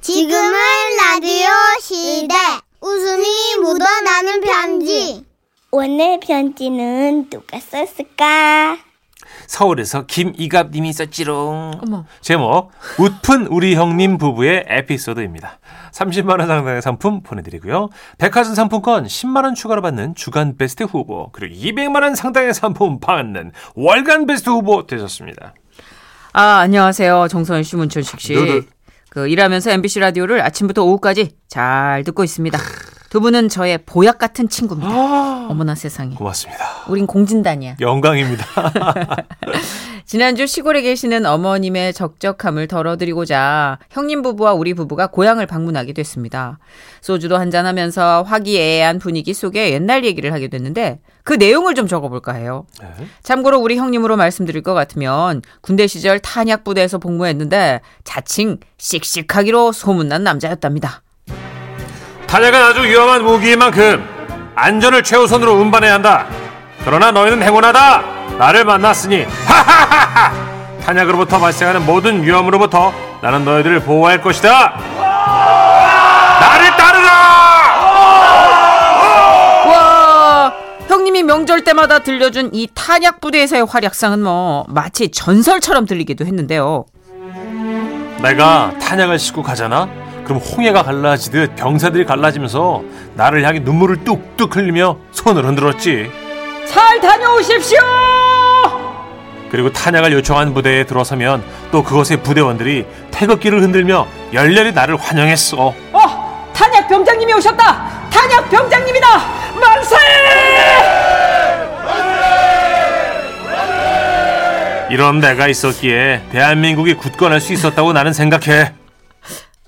지금은 라디오 시대. 웃음이 묻어나는 편지. 오늘 편지는 누가 썼을까? 서울에서 김이갑님이 썼지롱. 어머. 제목 웃픈 우리 형님 부부의 에피소드입니다. 30만 원 상당의 상품 보내드리고요. 백화점 상품권 10만 원 추가로 받는 주간 베스트 후보 그리고 200만 원 상당의 상품 받는 월간 베스트 후보 되셨습니다. 아, 안녕하세요. 정선희 씨, 문철식 씨. 네네. 그 일하면서 MBC 라디오를 아침부터 오후까지 잘 듣고 있습니다. 두 분은 저의 보약 같은 친구입니다. 어머나 세상에. 고맙습니다. 우린 공진단이야. 영광입니다. 지난주 시골에 계시는 어머님의 적적함을 덜어드리고자 형님 부부와 우리 부부가 고향을 방문하게 됐습니다. 소주도 한잔하면서 화기애애한 분위기 속에 옛날 얘기를 하게 됐는데 그 내용을 좀 적어볼까 해요. 네. 참고로 우리 형님으로 말씀드릴 것 같으면 군대 시절 탄약 부대에서 복무했는데 자칭 씩씩하기로 소문난 남자였답니다. 탄약은 아주 위험한 무기인 만큼 안전을 최우선으로 운반해야 한다. 그러나 너희는 행운하다. 나를 만났으니 하하하하. 탄약으로부터 발생하는 모든 위험으로부터 나는 너희들을 보호할 것이다. 나를 따르라. 와 형님이 명절 때마다 들려준 이 탄약 부대에서의 활약상은 뭐 마치 전설처럼 들리기도 했는데요. 내가 탄약을 싣고 가잖아. 그럼 홍해가 갈라지듯 병사들이 갈라지면서 나를 향해 눈물을 뚝뚝 흘리며 손을 흔들었지. 잘 다녀오십시오. 그리고 탄약을 요청한 부대에 들어서면 또 그것의 부대원들이 태극기를 흔들며 열렬히 나를 환영했어. 어 탄약 병장님이 오셨다. 탄약 병장님이다. 만세! 이런 내가 있었기에 대한민국이 굳건할 수 있었다고 나는 생각해.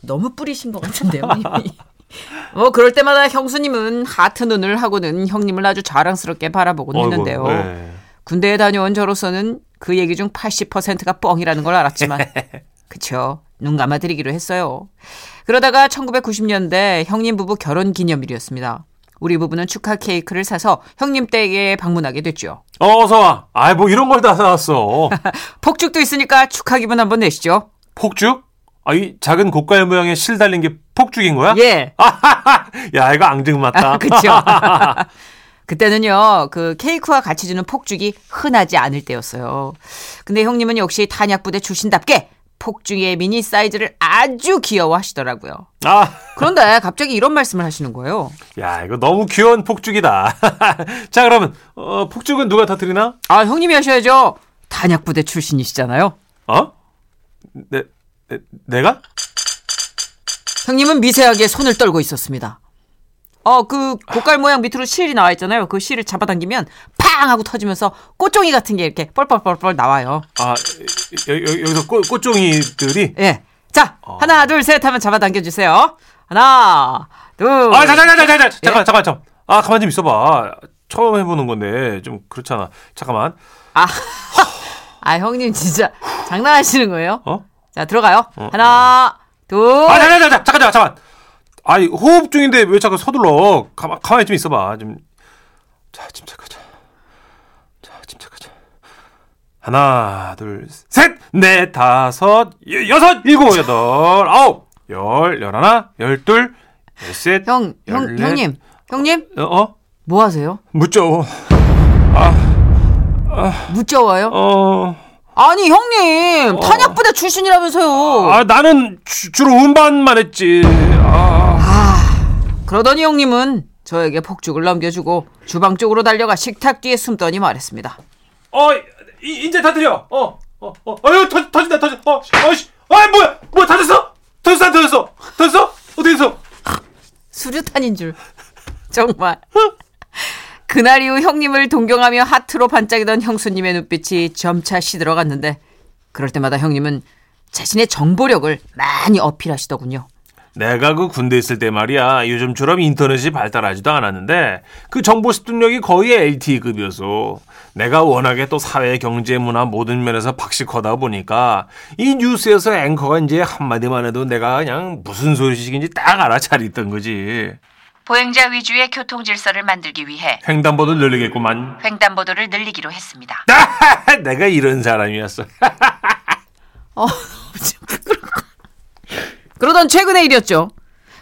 너무 뿌리신 것 같은데요. 이미. 뭐 그럴 때마다 형수님은 하트 눈을 하고는 형님을 아주 자랑스럽게 바라보곤 했는데요. 어이구, 네. 군대에 다녀온 저로서는 그 얘기 중 80%가 뻥이라는 걸 알았지만 그쵸 눈 감아드리기로 했어요. 그러다가 1990년대 형님 부부 결혼 기념일이었습니다. 우리 부부는 축하 케이크를 사서 형님 댁에 방문하게 됐죠. 어, 어서 와. 아이 뭐 이런 걸 다 사왔어. 폭죽도 있으니까 축하 기분 한번 내시죠. 폭죽? 아, 이 작은 고깔 모양의 실 달린 게 폭죽인 거야? 예. 아하하. 야, 이거 앙증 맞다. 아, 그쵸. 그때는요, 그 케이크와 같이 주는 폭죽이 흔하지 않을 때였어요. 근데 형님은 역시 탄약부대 출신답게 폭죽의 미니 사이즈를 아주 귀여워하시더라고요. 아, 그런데 갑자기 이런 말씀을 하시는 거예요. 야, 이거 너무 귀여운 폭죽이다. 자, 그러면 어, 폭죽은 누가 터뜨리나? 아, 형님이 하셔야죠. 단약부대 출신이시잖아요. 어? 내, 내 내가? 형님은 미세하게 손을 떨고 있었습니다. 어, 그 고깔 모양 밑으로 실이 나와 있잖아요. 그 실을 잡아당기면 팡 하고 터지면서 꽃종이 같은 게 이렇게 뻘뻘뻘뻘 나와요. 아, 여, 여, 여기서 꽃, 꽃종이들이 예. 자, 어. 하나, 둘, 셋 하면 잡아당겨 주세요. 하나, 둘. 아, 자, 자, 자, 자, 자, 자, 잠깐, 예? 잠깐, 잠깐. 아, 가만 좀 있어봐. 처음 해보는 건데 좀 그렇잖아. 잠깐만. 아, 아, 형님 진짜 장난하시는 거예요? 어? 자, 들어가요. 하나, 둘. 아, 자, 자, 자, 자, 잠깐, 잠깐, 잠깐. 아니 호흡 중인데 왜 자꾸 서둘러? 가만, 가만히 좀 있어봐. 좀. 자, 침착하자. 자, 침착하자. 하나, 둘, 셋, 넷, 다섯, 여, 여섯, 일곱, 여덟, 아홉, 열, 열하나, 열둘, 열셋. 형, 형, 열넷. 형님. 형님, 어, 어? 뭐 하세요? 묻죠. 무쩌워요? 어. 아니, 형님. 탄약부대 출신이라면서요. 아, 나는 주, 주로 운반만 했지. 아. 그러더니 형님은 저에게 폭죽을 넘겨주고 주방 쪽으로 달려가 식탁 뒤에 숨더니 말했습니다. 어, 이, 이제 다 들려. 어, 어, 어, 어유 터, 터진다, 터진. 어, 어이씨, 어이 뭐야, 뭐야 다 됐어? 터졌어, 안 터졌어, 터졌어? 어떻게 됐어? 수류탄인 줄. 정말. 그날 이후 형님을 동경하며 하트로 반짝이던 형수님의 눈빛이 점차 시들어갔는데 그럴 때마다 형님은 자신의 정보력을 많이 어필하시더군요. 내가 그 군대 있을 때 말이야 요즘처럼 인터넷이 발달하지도 않았는데 그 정보 습득력이 거의 LTE급이어서 내가 워낙에 또 사회 경제 문화 모든 면에서 박식하다 보니까 이 뉴스에서 앵커가 이제 한마디만 해도 내가 그냥 무슨 소식인지 딱 알아차리던 거지 보행자 위주의 교통 질서를 만들기 위해 횡단보도 늘리겠구만 횡단보도를 늘리기로 했습니다. 내가 이런 사람이었어. 어, 진짜 부끄러워. 그러던 최근의 일이었죠.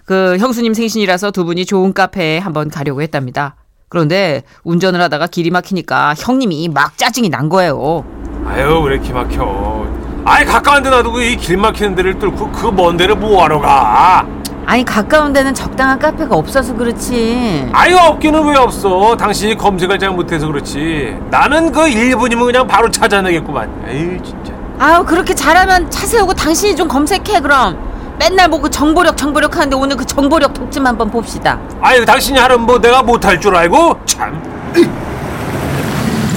그 형수님 생신이라서 두 분이 좋은 카페에 한번 가려고 했답니다. 그런데 운전을 하다가 길이 막히니까 형님이 막 짜증이 난 거예요. 아유 왜 이렇게 막혀 아이 가까운 데 놔두고 이 길 막히는 데를 뚫고 그 먼 데를 뭐하러 가 아니 가까운 데는 적당한 카페가 없어서 그렇지. 아유 없기는 왜 없어 당신이 검색을 잘 못해서 그렇지 나는 그 1분이면 그냥 바로 찾아내겠구만 에이 진짜 아유 그렇게 잘하면 차 세우고 당신이 좀 검색해 그럼. 맨날 뭐 그 정보력 정보력 하는데 오늘 그 정보력 독점 한번 봅시다. 아유 당신이 하면 뭐 내가 못할 줄 알고 참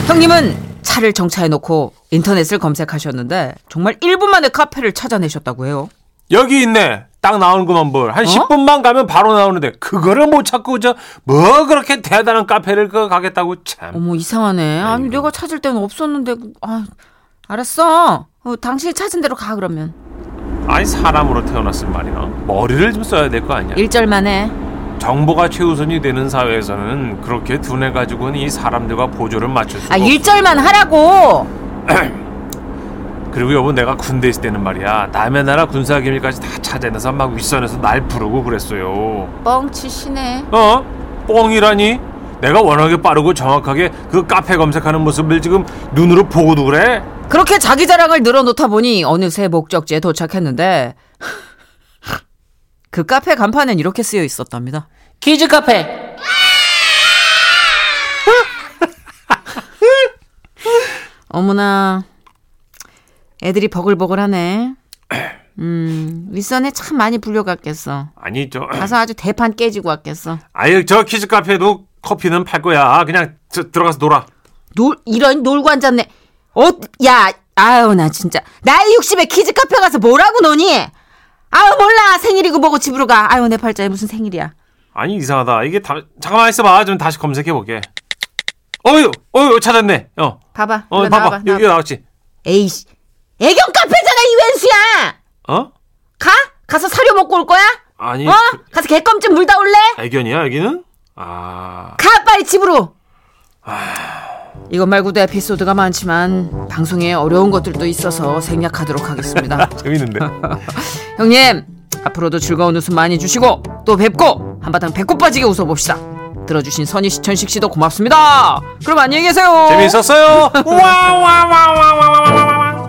형님은 차를 정차해 놓고 인터넷을 검색하셨는데 정말 1분 만에 카페를 찾아내셨다고 해요. 여기 있네 딱 나오는구만 그 뭘한 어? 10분만 가면 바로 나오는데 그거를 못 찾고 저 뭐 그렇게 대단한 카페를 그 가겠다고 참 어머 이상하네. 아니 아이고. 내가 찾을 때는 없었는데 아 알았어. 어, 당신이 찾은 대로 가 그러면. 아니 사람으로 태어났을 말이야 머리를 좀 써야 될 거 아니야 1절 만에 정보가 최우선이 되는 사회에서는 그렇게 두뇌 가지고는 이 사람들과 보조를 맞출 수가 아 없어 1절만 하라고. 그리고 여보 내가 군대 있을 때는 말이야 남의 나라 군사 기밀까지 다 찾아내서 막 윗선에서 날 부르고 그랬어요 뻥치시네. 어? 뻥이라니? 내가 워낙에 빠르고 정확하게 그 카페 검색하는 모습을 지금 눈으로 보고도 그래? 그렇게 자기 자랑을 늘어놓다 보니 어느새 목적지에 도착했는데 그 카페 간판엔 이렇게 쓰여 있었답니다. 키즈 카페. 어머나 애들이 버글버글하네. 음 윗선에 참 많이 불려갔겠어. 아니 저 가서 아주 대판 깨지고 왔겠어. 아유 저 키즈 카페도 커피는 팔 거야 그냥 저, 들어가서 놀아 놀 이런 놀고 앉았네. 어야 아유 나 진짜 나이 60에 키즈 카페 가서 뭐라고 노니? 아유 몰라 생일이고 뭐고 집으로 가. 아유 내 팔자에 무슨 생일이야. 아니 이상하다 이게 다 잠깐만 있어봐 좀 다시 검색해 볼게 어휴 어휴 찾았네 어, 봐봐. 어 일로 봐봐 나와봐, 여기 나와봐. 나왔지 에이씨 애견 카페잖아 이 웬수야. 어? 가 가서 사료 먹고 올 거야? 아니 어? 그- 가서 개껌 좀 물다 올래? 애견이야 여기는? 아 가 빨리 집으로. 이것 말고도 에피소드가 많지만 방송에 어려운 것들도 있어서 생략하도록 하겠습니다. 재밌는데 형님 앞으로도 즐거운 웃음 많이 주시고 또 뵙고 한바탕 배꼽 빠지게 웃어봅시다 들어주신 선희 씨 천식 씨도 고맙습니다 그럼 안녕히 계세요 재미있었어요 와와와와와와와와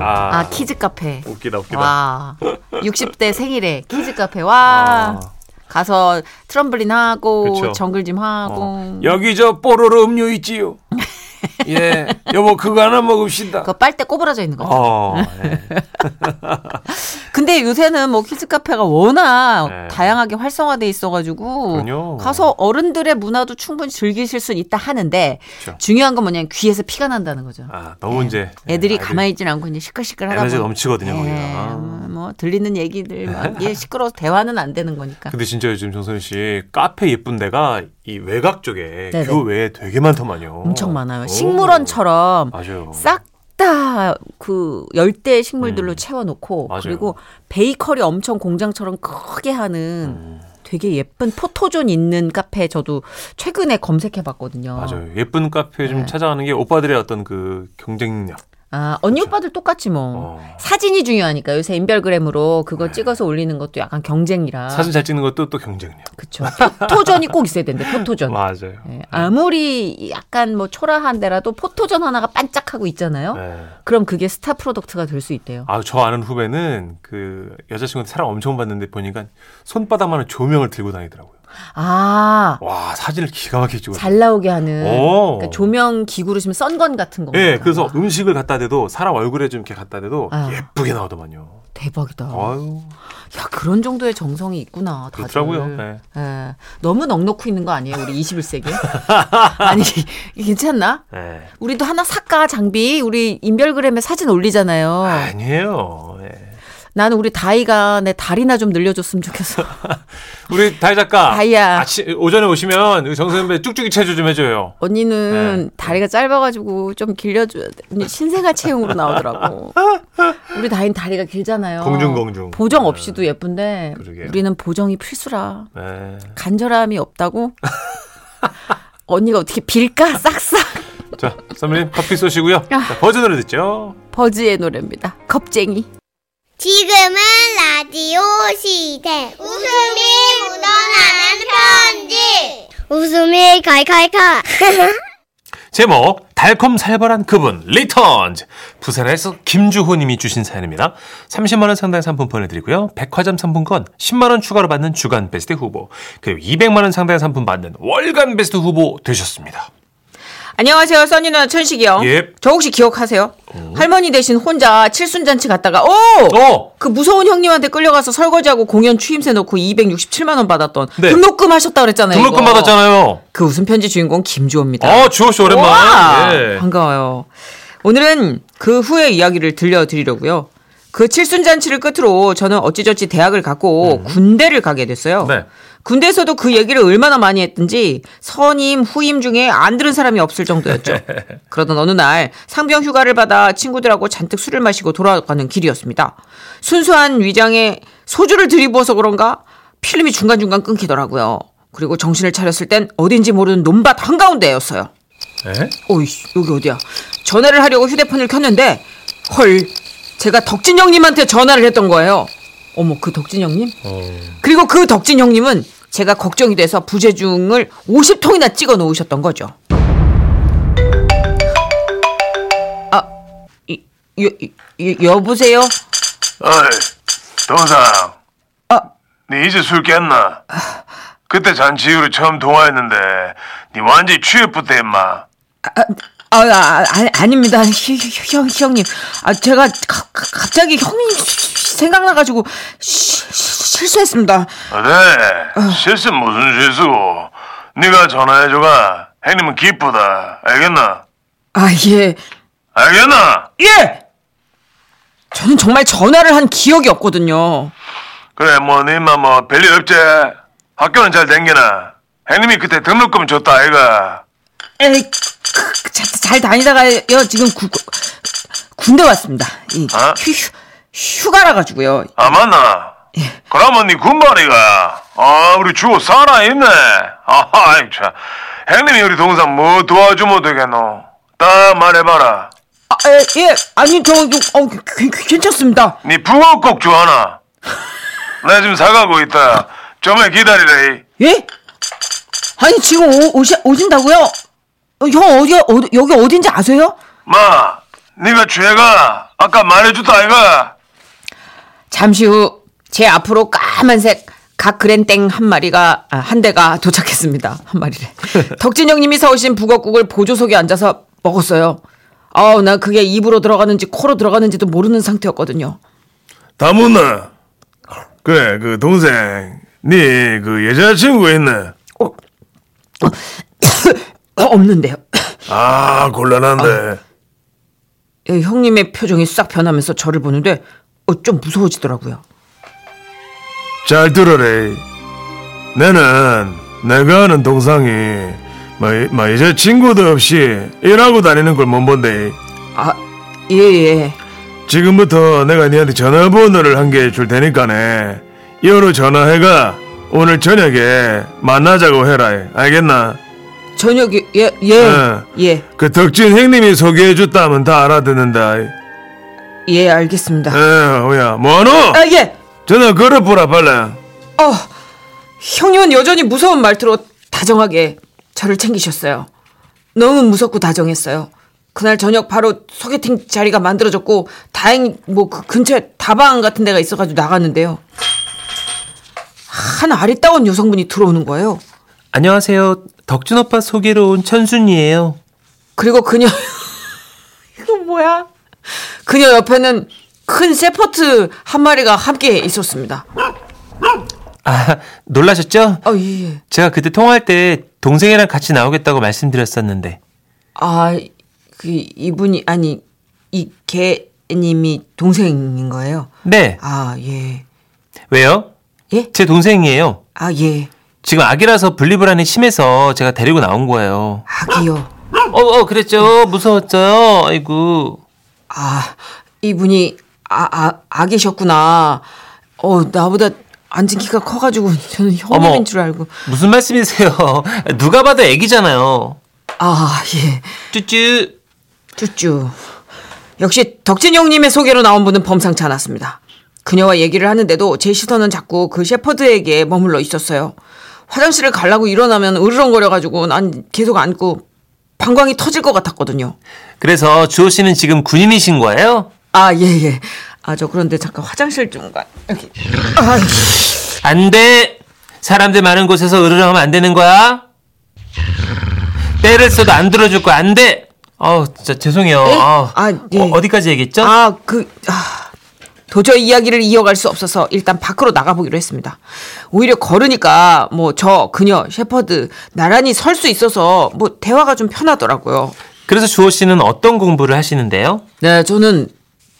아, 아 키즈 카페 웃기다 웃기다 와 60대 생일에 키즈 카페 아. 와 가서 트럼블린 하고 그쵸. 어. 정글짐 하고 여기 저 뽀로로 음료 있지요. 예, 여보 그거 하나 먹읍시다. 그 빨대 꼬부라져 있는 거 어, 예. 근데 요새는 뭐 키즈 카페가 워낙 네. 다양하게 활성화돼 있어가지고 그럼요. 가서 어른들의 문화도 충분히 즐기실 수는 있다 하는데 그쵸. 중요한 건 뭐냐면 귀에서 피가 난다는 거죠. 아 너무 이제 예, 예, 애들이 아이들- 가만히 있진 않고 이제 시끌시끌하다 에너지가 보니- 넘치거든요, 예, 거기가. 음. 뭐, 뭐 들리는 얘기들 막 이게 시끄러워서 대화는 안 되는 거니까. 근데 진짜 요즘 정선 씨 카페 예쁜 데가 이 외곽 쪽에 네네. 교외에 되게 많더만요. 엄청 많아요. 어. 오. 식물원처럼 맞아요. 싹 다 그 열대 식물들로 채워놓고 음. 맞아요. 그리고 베이커리 엄청 공장처럼 크게 하는 음. 되게 예쁜 포토존 있는 카페 저도 최근에 검색해봤거든요. 맞아요. 예쁜 카페 네. 좀 찾아가는 게 오빠들의 어떤 그 경쟁력. 아, 언니 오빠들 똑같지 뭐. 그렇죠. 어. 네. 사진이 중요하니까 요새 인별그램으로 그거 찍어서 올리는 것도 약간 경쟁이라. 사진 잘 찍는 것도 또 경쟁력. 그쵸. 포토전이 꼭 있어야 된대, 포토전. 맞아요. 예, 아무리 약간 뭐 초라한데라도 포토전 하나가 반짝하고 있잖아요. 네. 그럼 그게 스타 프로덕트가 될 수 있대요. 아, 저 아는 후배는 그 여자친구한테 사랑 엄청 받는데 보니까 손바닥만한 조명을 들고 다니더라고요. 아, 와, 사진을 기가 막히게 찍어요. 잘 나오게 하는 오. 그러니까 조명 기구로 치면 선건 같은 거. 예, 그래서 음식을 갖다 대도 사람 얼굴에 좀 이렇게 갖다 대도 아. 예쁘게 나오더만요. 대박이다. 아유, 야, 그런 정도의 정성이 있구나. 다들. 그렇더라고요. 예. 예. 너무 넉넉히 있는 거 아니에요, 우리 21세기에? 아니, 괜찮나? 예. 우리도 하나 사까 장비 우리 인별그램에 사진 올리잖아요. 아니에요. 예. 나는 우리 다이가 내 다리나 좀 늘려줬으면 좋겠어. 우리 다희 작가. 다희야. 아침, 오전에 오시면 정선배 쭉쭉이 체조 좀 해줘요. 네. 언니는 다리가 짧아가지고 좀 길려줘야 돼. 언니 신생아 체형으로 나오더라고. 우리 다인 다리가 길잖아요. 공중, 공중. 어, 보정 없이도 예쁜데 그러게요. 우리는 보정이 필수라. 예. 간절함이 없다고. 언니가 어떻게 빌까 싹싹 자, 아. 선배님 커피 쏘시고요. 자, 버전으로 듣죠. 버즈의 노래입니다. 겁쟁이. 지금은 라디오 시대. 웃음이 묻어나는 편지. 웃음이 칼칼칼. 제목 달콤살벌한 그분 리턴즈 부산에서 김주호님이 주신 사연입니다. 30만 원 상당 상품 보내드리고요. 백화점 상품권 10만 원 추가로 받는 주간 베스트 후보 그리고 200만 원 상당 상품 받는 월간 베스트 후보 되셨습니다. 안녕하세요, 써니 누나 천식이요. 예. 저 혹시 기억하세요? 할머니 대신 혼자 칠순잔치 갔다가 오! 어 그 무서운 형님한테 끌려가서 설거지하고 공연 추임새 넣고 267만 원 받았던 네. 등록금 하셨다 그랬잖아요. 등록금 이거. 받았잖아요. 그 웃음 편지 주인공 김주호입니다. 어 주호 씨 우와, 오랜만. 예. 반가워요. 오늘은 그 후의 이야기를 들려드리려고요. 그 칠순잔치를 끝으로 저는 어찌저찌 대학을 갔고 군대를 가게 됐어요. 음. 네. 군대에서도 그 얘기를 얼마나 많이 했든지 선임, 후임 중에 안 들은 사람이 없을 정도였죠. 그러던 어느 날 상병 휴가를 받아 친구들하고 잔뜩 술을 마시고 돌아가는 길이었습니다. 순수한 위장에 소주를 들이부어서 그런가 필름이 중간중간 끊기더라고요. 그리고 정신을 차렸을 땐 어딘지 모르는 논밭 한가운데였어요. 예? 어이씨 여기 어디야 전화를 하려고 휴대폰을 켰는데 헐 제가 덕진 형님한테 전화를 했던 거예요 어머 그 덕진 형님 그리고 그 덕진 형님은 제가 걱정이 돼서 부재중을 50통이나 찍어 놓으셨던 거죠 아 이, 여, 여, 여보세요 어이, 동상. 아. 네 이제 술 깼나? 그때 잔치 이후로 처음 통화했는데 네 완전히 취했부터 임마. 아, 아, 아 아닙니다 히- 히- 형, 형님 아 제가 가- 가- 갑자기 형님 생각나가지고 시- 시- 실수했습니다 어데 실수 무슨 실수고. 네가 전화해줘가 형님은 기쁘다. 알겠나? 아예 알겠나? 예! 저는 정말 전화를 한 기억이 없거든요. 그래 뭐네 임마 뭐 별일 없지. 학교는 잘 댕기나? 형님이 그때 등록금 줬다 아이가. 에이, 크, 자, 잘 다니다가요, 지금 구- 구- 군대 왔습니다. 이, 아? 휴, 휴, 휴가라 가지고요. 아 맞나? 그러면 네 군발이가 아 우리 주호 살아있네 아하 아이, 참 형님이 우리 동생 뭐 도와주면 되겠노 딱 말해봐라 아, 에, 예, 아니, 저, 저, 어, 괜- 괜- 괜찮습니다. 네 붕어 꼭 좋아하나? 나 지금 사가고 있다 좀만 기다리래 이. 예? 아니, 지금 오, 오시, 오신다고요? 어, 형, 어디, 어디, 여기 어딘지 아세요? 마 네가 죄가 아까 말해줬다 아이가 잠시 후 제 앞으로 까만색 각 그랜땡 한 마리가 아, 한 대가 도착했습니다. 한 마리래. 덕진 형님이 사오신 북어국을 보조석에 앉아서 먹었어요. 아우 나 그게 입으로 들어가는지 코로 들어가는지도 모르는 상태였거든요. 다문아 그래 그 동생 네 그 여자친구 있네 어, 없는데요. 아 곤란한데 예, 형님의 표정이 싹 변하면서 저를 보는데 어, 좀 무서워지더라고요. 잘 들어래. 나는 내가 아는 동상이 마, 마 이제 친구도 없이 일하고 다니는 걸 못 본대. 아 예예. 지금부터 내가 니한테 전화번호를 한 개 줄 테니까네. 이후로 전화해가 오늘 저녁에 만나자고 해라. 알겠나? 저녁에 예예 응. 예, 그 덕진 형님이 소개해줬다 하면 다 알아듣는다. 예, 알겠습니다. 에, 뭐야, 뭐하노? 아 예. 전화 걸어보라 빨라. 어, 형님은 여전히 무서운 말투로 다정하게 저를 챙기셨어요. 너무 무섭고 다정했어요. 그날 저녁 바로 소개팅 자리가 만들어졌고 다행히 뭐 그 근처에 다방 같은 데가 있어가지고 나갔는데요. 한 아리따운 여성분이 들어오는 거예요. 안녕하세요. 덕준 오빠 소개로 온 천순이에요. 그리고 그녀 이거 뭐야? 그녀 옆에는 큰 세퍼트 한 마리가 함께 있었습니다. 아 놀라셨죠? 아 예. 예. 제가 그때 통화할 때 동생이랑 같이 나오겠다고 말씀드렸었는데 아, 그 이분이 아니 이 개님이 동생인 거예요? 네 아, 예. 왜요? 예? 제 동생이에요. 아, 예. 지금 아기라서 분리불안이 심해서 제가 데리고 나온 거예요. 아기요. 어, 어, 그랬죠. 무서웠죠. 아이고. 아, 이분이 아, 아 아기셨구나. 어, 나보다 앉은 키가 커 가지고 저는 어머. 형님인 줄 알고. 무슨 말씀이세요? 누가 봐도 아기잖아요. 아, 예. 쭈쭈. 쭈쭈. 역시 덕진 형님의 소개로 나온 분은 범상치 않았습니다. 그녀와 얘기를 하는데도 제 시선은 자꾸 그 셰퍼드에게 머물러 있었어요. 화장실을 가려고 일어나면 으르렁거려가지고 난 계속 안고 방광이 터질 것 같았거든요. 그래서 주호 씨는 지금 군인이신 거예요? 아, 예, 예. 아, 저 그런데 잠깐 화장실 좀 가. 이렇게. 아, 안 돼! 사람들 많은 곳에서 으르렁하면 안 되는 거야? 때를 써도 안 들어줄 거야, 안 돼! 어 진짜 죄송해요. 아우, 아, 예. 어, 디까지 얘기했죠? 아, 그, 아, 도저히 이야기를 이어갈 수 없어서 일단 밖으로 나가보기로 했습니다. 오히려 걸으니까 뭐 저, 그녀, 셰퍼드, 나란히 설 수 있어서 뭐 대화가 좀 편하더라고요. 그래서 주호 씨는 어떤 공부를 하시는데요? 네, 저는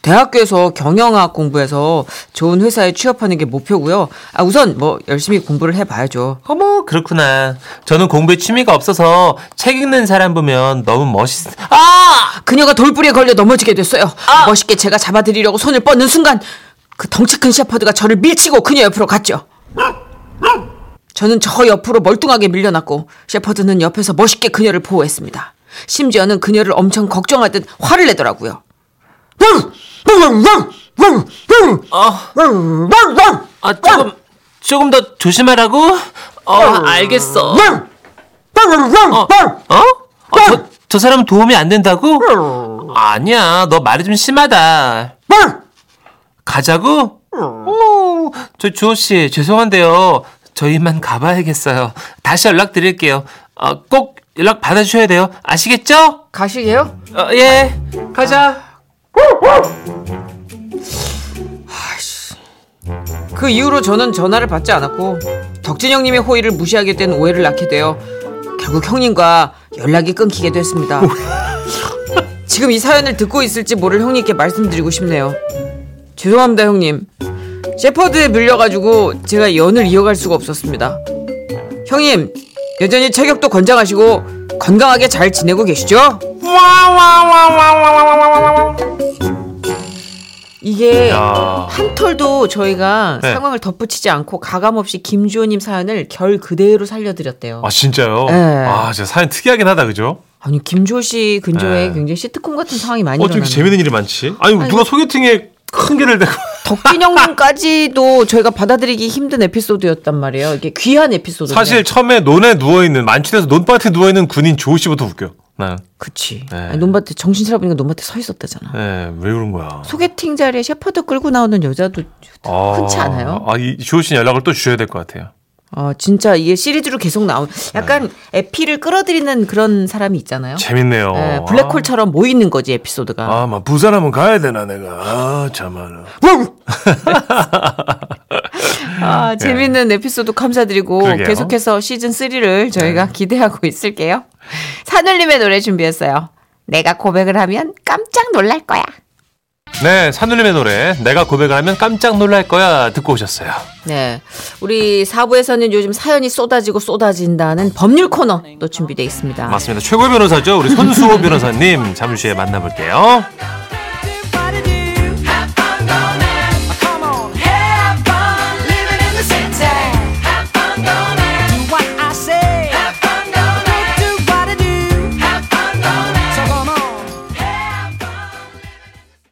대학교에서 경영학 공부해서 좋은 회사에 취업하는 게 목표고요. 아, 우선 뭐 열심히 공부를 해봐야죠. 어머, 그렇구나. 저는 공부에 취미가 없어서 책 읽는 사람 보면 너무 멋있, 아! 그녀가 돌부리에 걸려 넘어지게 됐어요. 멋있게 제가 잡아드리려고 손을 뻗는 순간 그 덩치 큰 셰퍼드가 저를 밀치고 그녀 옆으로 갔죠. 저는 저 옆으로 멀뚱하게 밀려났고 셰퍼드는 옆에서 멋있게 그녀를 보호했습니다. 심지어는 그녀를 엄청 걱정하듯 화를 내더라고요. 어. 아, 조금, 조금 더 조심하라고? 어, 알겠어. 어? 어, 저, 저 사람 도움이 안 된다고? 아니야, 너 말이 좀 심하다. 가자고? 어. 오, 저 주호씨, 죄송한데요. 저희만 가봐야겠어요. 다시 연락드릴게요. 어, 꼭 연락 받아주셔야 돼요. 아시겠죠? 가시게요? 어, 예, 가자. 그 이후로 저는 전화를 받지 않았고 덕진 형님의 호의를 무시하게 된 오해를 낳게 되어 결국 형님과 연락이 끊기게 됐습니다. 지금 이 사연을 듣고 있을지 모를 형님께 말씀드리고 싶네요. 죄송합니다 형님. 셰퍼드에 밀려가지고 제가 연을 이어갈 수가 없었습니다. 형님 여전히 체격도 건장하시고 건강하게 잘 지내고 계시죠? 이게 야. 한 털도 저희가 네. 상황을 덧붙이지 않고 가감없이 김주호님 사연을 결 그대로 살려드렸대요. 아 진짜요? 네. 아 진짜 사연 특이하긴 하다 그죠? 아니 김주호 씨 근처에 네. 굉장히 시트콤 같은 상황이 많이 어쩜 일어나요. 이렇게 재밌는 일이 많지? 아니 뭐- 누가 소개팅에 큰 개를 대고 덕진형님까지도 저희가 받아들이기 힘든 에피소드였단 말이에요. 이게 귀한 에피소드. 사실 처음에 논에 누워 있는 만취돼서 논밭에 누워 있는 군인 조호 씨부터 웃겨. 나는 그치. 네. 아니, 논밭에 정신 차려보니까 논밭에 서 있었다잖아. 네, 왜 그런 거야? 소개팅 자리에 셰퍼드 끌고 나오는 여자도 아, 흔치 않아요. 아, 이 주호 씨는 연락을 또 주셔야 될 것 같아요. 아 진짜 이게 시리즈로 계속 나온 약간 네. 에피를 끌어들이는 그런 사람이 있잖아요. 재밌네요. 예, 블랙홀처럼 모이는 거지 에피소드가. 어. 아, 막 부산 한번 가야 되나 내가. 아, 참아. 아, 재밌는 에피소드 감사드리고 예. 그러게요. 네. 계속해서 시즌 3를 저희가 기대하고 있을게요. 산울림의 노래 준비했어요. 내가 고백을 하면 깜짝 놀랄 거야. 네, 산울림의 노래 내가 고백을 하면 깜짝 놀랄 거야 듣고 오셨어요. 네. 우리 사부에서는 요즘 사연이 쏟아지고 쏟아진다는 법률 코너 또 준비되어 있습니다. 맞습니다. 최고 의 변호사죠. 우리 손수호 변호사님 잠시 후에 만나볼게요.